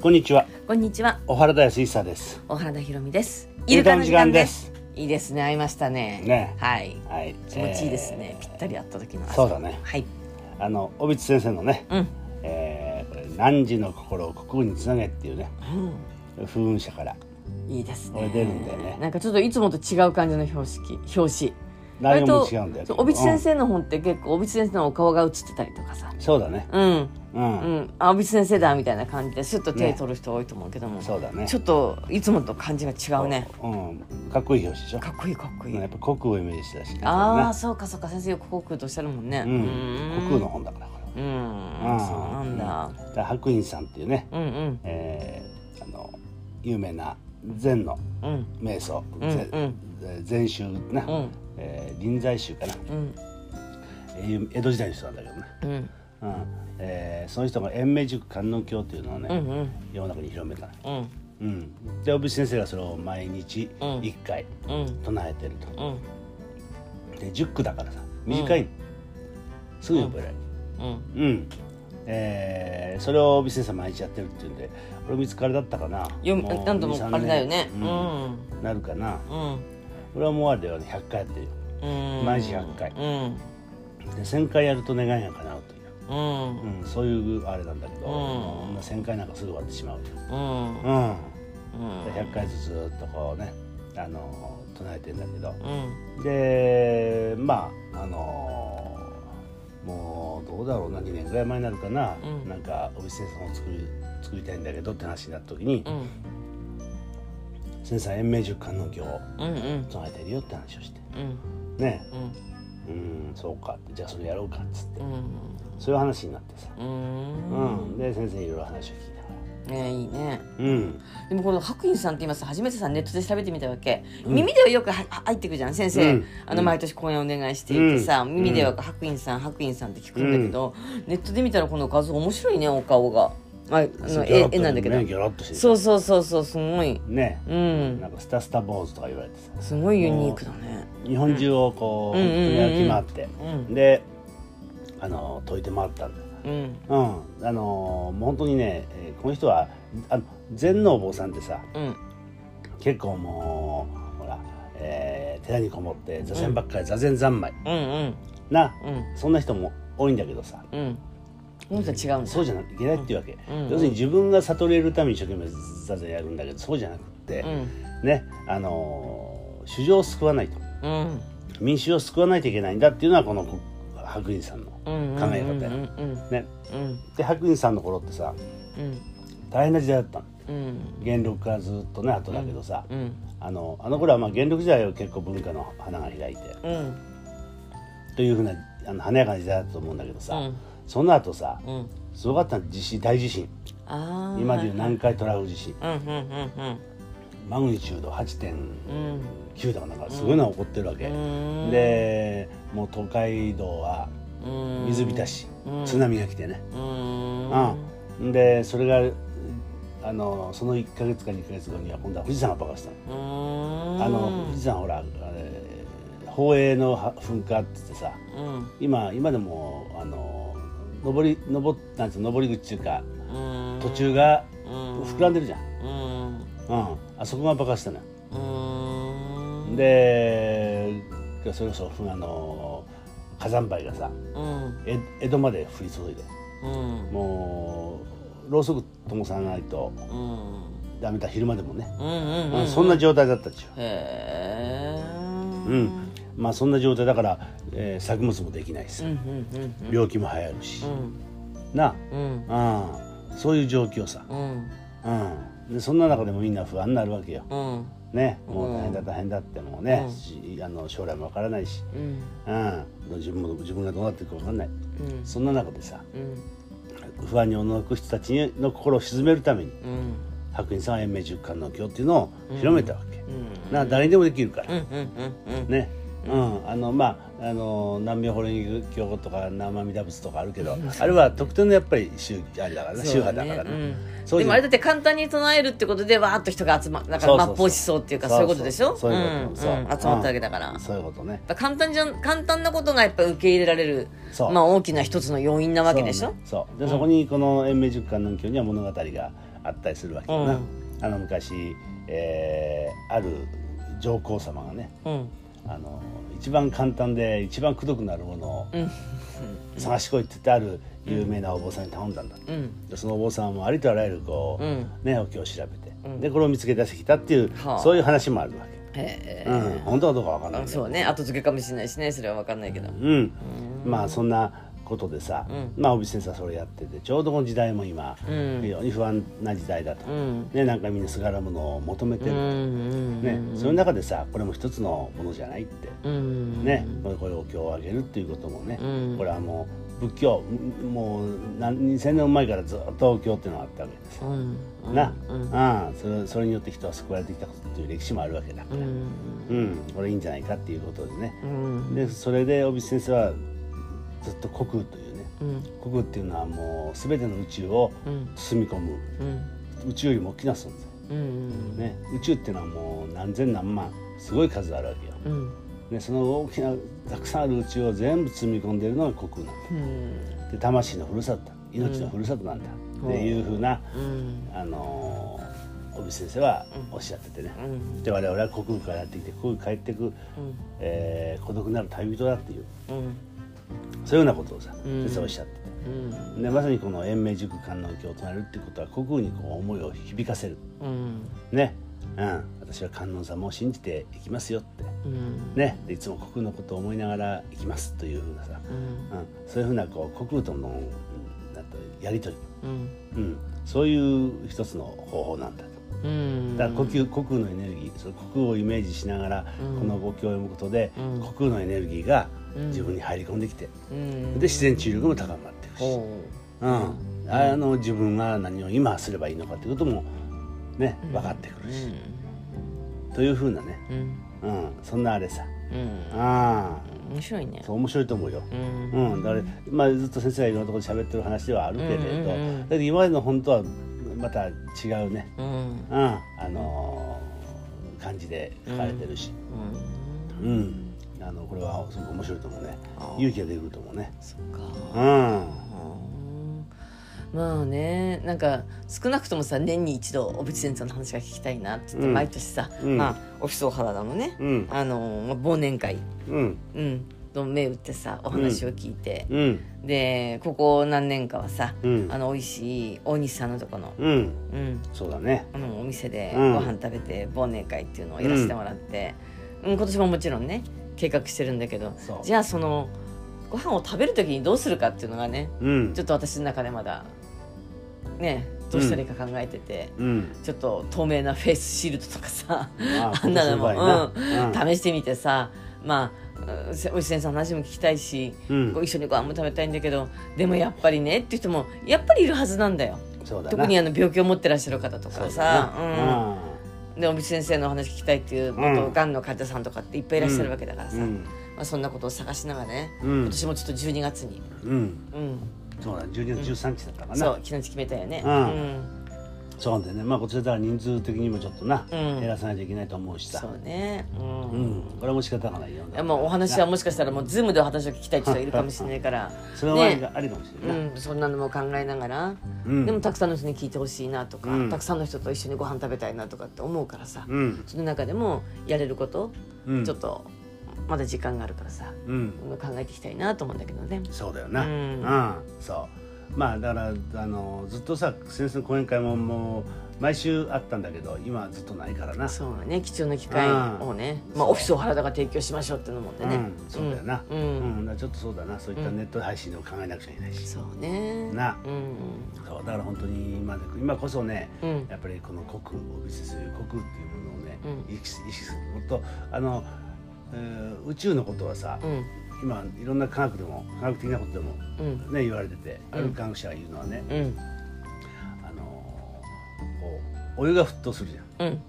こんにちは、こんにちは、小原田康久です。小原田ひろみです。イルカの時間です。いいですね、会いましたね。ねはい。はい、気持ちいいですね。ぴったり会った時のえ朝。ーそうだね。はい。あの、小渕先生のね、うん。えー、何時の心を国語につなげっていうね、風雲社から。うん。いいですこれね。出るんだよねなんかちょっといつもと違う感じの標識、表紙。内容も割と違うんだよ。そう小渕先生の本って結構小渕先生のお顔が映ってたりとかさう。んそうだね。うん。うん、うん。あ、小渕先生だみたいな感じで、スッと手取る人多いと思うけども。そうだね。ちょっといつもと感じが違うね。うん、かっこいい表紙でしょ。かっこいいかっこいい。やっぱ国語をイメージしたし、ね。ああ、そうかそうか先生よく国空とおっしゃるもんね。うん、国語の。の本だから。これううんん、そうなんだ。だから白隠さんっていうね、うんうんえー、あの有名な禅のうん瞑想、うん禅禅宗な、うんえー臨済宗かな、うんえー江戸時代の人なんだけどね、うんうんえーその人が延命塾観音教っていうのをね、うんうん世の中に広めたの、うんうん、で小渕先生がそれを毎日うん1回うん唱えてると、うんで10句だからさ短い、すぐ覚えられる、うんうんえーそれを小渕先生は毎日やってるっていうんで俺見つかれだったかな読もうむなんとも2-3あれだよね。う年うんんなるかなうん俺はもうあれだよね100回やってるようん。毎日100回うんで1000回やると願いが叶うといううんうん、そういうあれなんだけど、うんもう1000回なんかすぐ終わってしまうよ、うんうん、うん100回ずつずっとこうねあのー唱えてんだけどうんでまああのーもうどうだろうな2年ぐらい前になるかな、うんなんかお店さんを作り作りたいんだけどって話になった時にうん「先生延命塾観音経をうんうん唱えてるよ」って話をしてうんねうんうんそうかってじゃあそれやろうかっつってうんそういう話になってさ、うんうん、で先生いろいろ話を聞いたかねいいね。らうんでもこの白隠さんって言いますと初めてさネットで調べてみたわけ、うん耳ではよくは入ってくじゃん先う生、んあの毎年公演お願いしていてさ、うん耳では白隠さん白隠さんって聞くんだけど、ネットで見たらこの画像面白いねお顔が、まあ、あの絵絵なんだけど、ねギョロッとしてるそうそうそうそうすごいねうんなんかスタスタ坊主とか言われてさすごいユニークだね日本中をこううん歩き回ってうんであの解いて回ったんだようんうんあのもう本当にねえーこの人はあの禅のお坊さんってさうん結構もうほらえー寺にこもって座禅ばっかり座禅三昧うんうんなうんそんな人も多いんだけどさうん本当は違うんだそうじゃなきゃいけないっていうわけうんうん要するに自分が悟れるために一生懸命座禅やるんだけどそうじゃなくってうんねあのー衆生を救わないとうん民衆を救わないといけないんだっていうのはこのこ白隠さんのうん考え方やうんうんねうんで白隠さんの頃ってさうん大変な時代だったのうん元禄からずっとね後だけどさ、うんあのあの頃はまあ元禄時代は結構文化の花が開いてうんというふうなあの華やかな時代だったと思うんだけどさ、うんその後さうんすごかったの地震大地震あー今でいう南海トラフ地震うんうんマグニチュードう8.9んだかなんかすごいのが起こってるわけ、うんでもう東海道はうん水浸し、うん津波が来てね、うんうん、でそれがあのその1か月か2か月後には今度は富士山が爆発したの,、うんあの富士山ほらあれ宝永のは噴火って言ってさうん今今でもあの上り上なんていうの上り口っていうかうん途中がうん膨らんでるじゃん、うんうん、あそこが爆発したのようんでそれこそふあの火山灰がさうん江江戸まで降り注いでうんもうろうそく灯さないとうんダメだ昼間でもね、うんううんん、そんなへ状態だったっちゅうえううんまあそんな状態だから、えー作物もできないしうさんうんうん病気も流行るしう、んなうんあ、うん、そういう状況さ、うんうん、でそんな中でもみんな不安になるわけよ、うんね、もううん大変だ大変だってもうね、うんしあの将来もわからないし、うんうん、自分も自分がどうなっていくかわかんないうんそんな中でさうん不安におののく人たちの心を鎮めるためにうん白隠さんは延命十観の経っていうのを広めたわけ、うんな誰にでもできるから、うんうんうんうんね、うん、あのまああの南無妙法輪経とか南無阿弥陀仏とかあるけど、あれは特定のやっぱり宗あれだからね、宗そう派ねだからね。うんそうでじゃもなあいれだって簡単に唱えるってことでわーっと人が集まだそかうそうらそう末法思想っていうかそういうことでしょそういうこと、んそううん集まったわけだかうら、やんっそういうことね。ぱ簡単じゃん簡単なことがやっぱ受け入れられるそうまあ大きな一つの要因なわけでしょそうね,そう、でそこにこの延命十観音経には物語があったりするわけよな、うんあの昔、えーある上皇様がねうんあの一番簡単で一番くどくなるものをうん探してこいって言ってある有名なお坊さんに頼んだんだって、うんでそのお坊さんもありとあらゆるこう、うんねお経を調べて、うんでこれを見つけ出してきたっていう、はあそういう話もあるわけ、へうん、本当はどうかわからないえけどそうね後付けかもしれないしねそれは分かんないけどうん、まあそんなことでさ、うまあ帯先生はそれやっててちょうどこの時代も今、うん非常に不安な時代だと、うんね、なんかみんなすがらものを求めてる、うんね、その中でさこれも一つのものじゃないって、うんね、これこれお経をあげるっていうこともね、うんこれはもう仏教もう何2000年前からずっとお経っていうのがあったわけですうよ、んな、ううんんそれそれによって人は救われてきたという歴史もあるわけだかうら、うんんこれいいんじゃないかっていうことでね、うんでそれで帯先生はずっと虚空というねうん虚空っていうのはもう全ての宇宙をうん包み込むうん宇宙よりも大きな存うん在、ね、宇宙っていうのはもう何千何万すごい数あるわけよ、うんね、その大きなたくさんある宇宙を全部積み込んでるのが虚空なんだうんで魂のふるさとだ命のふるさとなんだ、うんっていうふうな、うんあのー、帯先生はおっしゃっててね、うんで我々は虚空からやってきて虚空に帰ってく、えー孤独なる旅人だっていううんそういうようなことをさうん先生はおっしゃってて。うんでまさにこの延命塾観音経を唱えるっていうことは国空にこう思いを響かせるうんね、うん、私は観音様を信じていきますよってうんねでいつも国空のことを思いながら生きますというふうなさ、うんうん、そういうふうなこう国空とのうんなんとやり取うんり、うん、そういう一つの方法なんだと。うんだから呼吸国空のエネルギーその国空をイメージしながらうんこのお経を読むことで、うん国空のエネルギーがうん自分に入り込んできて、うんで自然治癒力も高まっていくし。ほうん、あの自分が何を今すればいいのかということもね分かってくうるし、というふうなね、うんうん、そんなあれさうんあ面白いねあそう面白いと思うよ。うんうん、だから、まあ、ずっと先生がいろんなところで喋ってる話ではあるけれど、うんうんうんだけど今までの本とはまた違うね、うんうんあのー感じで書かれてるし、うんうんあのこれはすごく面白いと思うねあー勇気が出てくると思うね。そっかうんうんまあねなんか少なくともさ年に一度小渕先生の話が聞きたいなって言って、うん毎年さ、うんまあオフィスお原田のね、うんあのまあ忘年会、うんうん、の銘打ってさお話を聞いて、うんでここ何年かはさ、うんあの美味しい大西さんのとこの、うんうん、そうだね。あのお店でうんご飯食べて忘年会っていうのをやらせてもらって、うん今年ももちろんね計画してるんだけどそうじゃあそのご飯を食べる時にどうするかっていうのがねうんちょっと私の中でまだねどうしたらいいか考えてて、うんちょっと透明なフェイスシールドとかさあー あんなのも、今年の場合なうん 試してみてさまあうんせお医者さんの話も聞きたいし、うんご一緒にご飯も食べたいんだけどでもやっぱりねっていう人もやっぱりいるはずなんだよそうだな特にあの病気を持ってらっしゃる方とかさそううだなんで尾道先生のお話聞きたいっていうこと、うんがんの患者さんとかっていっぱいいらっしゃるわけだからさ、うんまあ、そんなことを探しながらね、うん今年もちょっと12月に、うんうん、そうだ12月13日だったかそうな昨日決めたよね。うんそうなんだよねまあこちらだから人数的にもちょっとなうん減らさないといけないと思うしそさうね、うんうんこれはもう仕方がないよいやもうお話はなもしかしたらもうズームでお話を聞きたいって人がいるかもしれな いから、それはありがありかもしれう、ないなんそんなのも考えながら、うんでもたくさんの人に聞いてほしいなとか、うんたくさんの人と一緒にご飯食べたいなとかって思うからさ、うんその中でもやれること、うんちょっとまだ時間があるからさ、うん考えていきたいなと思うんだけどね。そうだよなううんんそうまあだからあのずっとさ先生の講演会ももう毎週あったんだけど今はずっとないからなそうね貴重な機会をね、うんまそあ、うオフィスを原田が提供しましょうってのもんでね、うんそうだよなうん、うんだからちょっとそうだなそういったネット配信を考えなくちゃいけないしそうねなうんそうだから本当に今で今こそね、うんやっぱりこの国をビジネス国っていうものをね、う意識意識することあの、えー宇宙のことはさ、うん今いろんな科学でも科学的なことでも、うんね、言われててある科学者が言うのはね、うんあのーこうお湯が沸騰するじゃんうん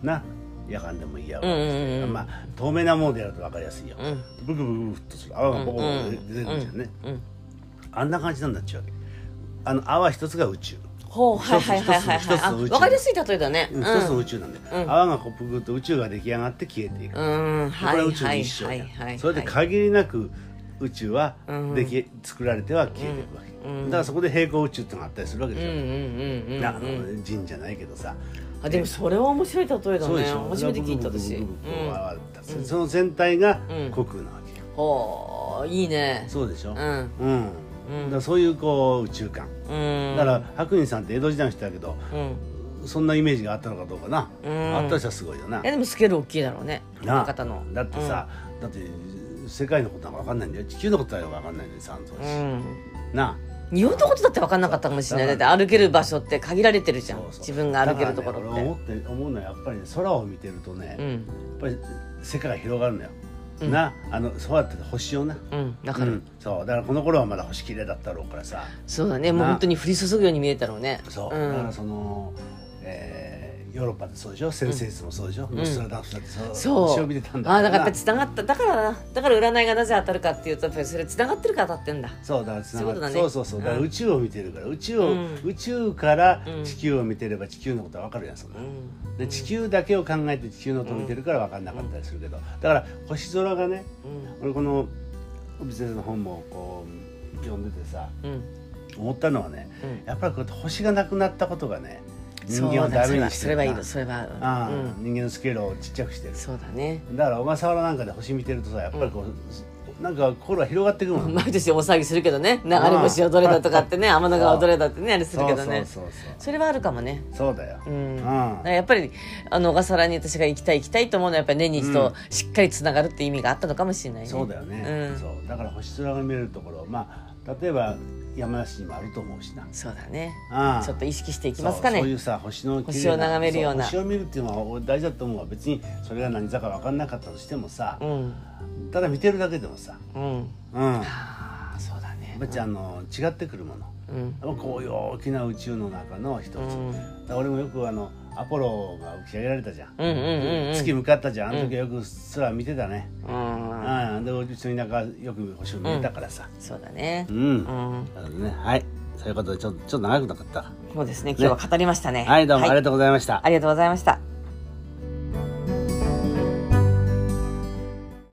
な夜間でもいいや、うんうんうんまあ透明なものでやると分かりやすいよ、うんブクブクブク沸騰する泡がボコボコ出てくるじゃんね、うんあんな感じなんだっちゅうわけあの泡一つが宇宙、ほうはいはいはいはい一つ一つはいあの宇宙わかりやすい例えだねう、うんん一つの宇宙なんで、うん泡がこうプグッと宇宙が出来上がって消えていく、うんこはれいはは宇宙のい一生はや、いはいそれで限りなく宇宙はうんでき作られては消えていくわけ、うんうんだからそこで平行宇宙ってのがあったりするわけでうしんょ、うんうんうんだかうんら神じゃないけどさ、あでもそれは面白い例えだそうでしねょ初めて聞いた私ブクブクブクブクこううん回ったその全体がうん虚空なわけよ、ほういいねそうでしょ、うんうんうんだからそういうこう宇宙観うんだから白隠さんって江戸時代の人だけどうんそんなイメージがあったのかどうかな、うんあった人はすごいよなえでもスケール大きいだろうねなあ方のだってさ、だって世界のことなんか分かんないんだよ地球のことはよく分かんないんだよさんとうし、んな日本のことだって分かんなかったかもしれないそうだって歩ける場所って限られてるじゃんそうそう自分あが歩けるとこだろっからねて俺思って思うのはやっぱりね空を見てるとね、うやっんぱり世界が広がるのよ、うんなあのそうやって星をなうんだからうんそうだからこの頃はまだ星綺麗だったろうからさそうだねもうな本当に降り注ぐように見えたろうねそう、んだからその、えーヨーロッパでそうでしょ先生術もそうでしょ、ノストラダムスだってそうそう星を見てたんだあだからやっぱつながっただからなだから占いがなぜ当たるかっていうとやっぱりそれつながってるから当たってんだそうだからつながってそういうことだねそうそうそうだからうん宇宙を見てるから宇宙を、うん宇宙からうん地球を見てれば地球のことは分かるやんそんな、うんで地球だけを考えて地球のことを見てるから分かんなかったりするけどだから星空がねうん俺この帯先生の本もこう読んでてさうん思ったのはね、うんやっぱりこうやって星がなくなったことがね人間そをうだダメにしてそれるなはいいのそれはああうん人間のスケールをちっちゃくしてるそうだねだから小笠原なんかで星見てるとさやっぱりこう、なんか心が広がってくるもん、 毎年大騒ぎするけどね流れ星をどれだとか ってね天の川をどれだってねあれすそるうけそどうねそうそうそれはあるかもねそうだよ。うんだうんからやっぱりあの小笠原に私が行きたい行きたいと思うのはやっぱり年に一度しっかりつながるって意味があったのかもしれないねそうだよね。うんそうだから星空が見えるところ、まあ例えば山梨にもあると思うしな。そうだねああちょっと意識していきますかそうそういねうさ星の綺麗な星を眺めるようなそう星を見るっていうのは俺大事だと思うわ。別にそれが何座か分かんなかったとしてもさう、んただ見てるだけでもさ、うんうん、やああそうだねっぱりあの違ってくるもの。うんこういう大きな宇宙の中の一つ。うんだから俺もよくあのアポロが打ち上げられたじゃん。うんうんうんうん月向かったじゃん。あの時はよく空見てたね。うんうん、でうちの田舎よく星を見えたからさ、そうだねうんうんなるほどねはいそういうことでちょっとちょっと長くなかった、そうですね今日は語りましたねはいどうもありがとうございました、ありがとうございました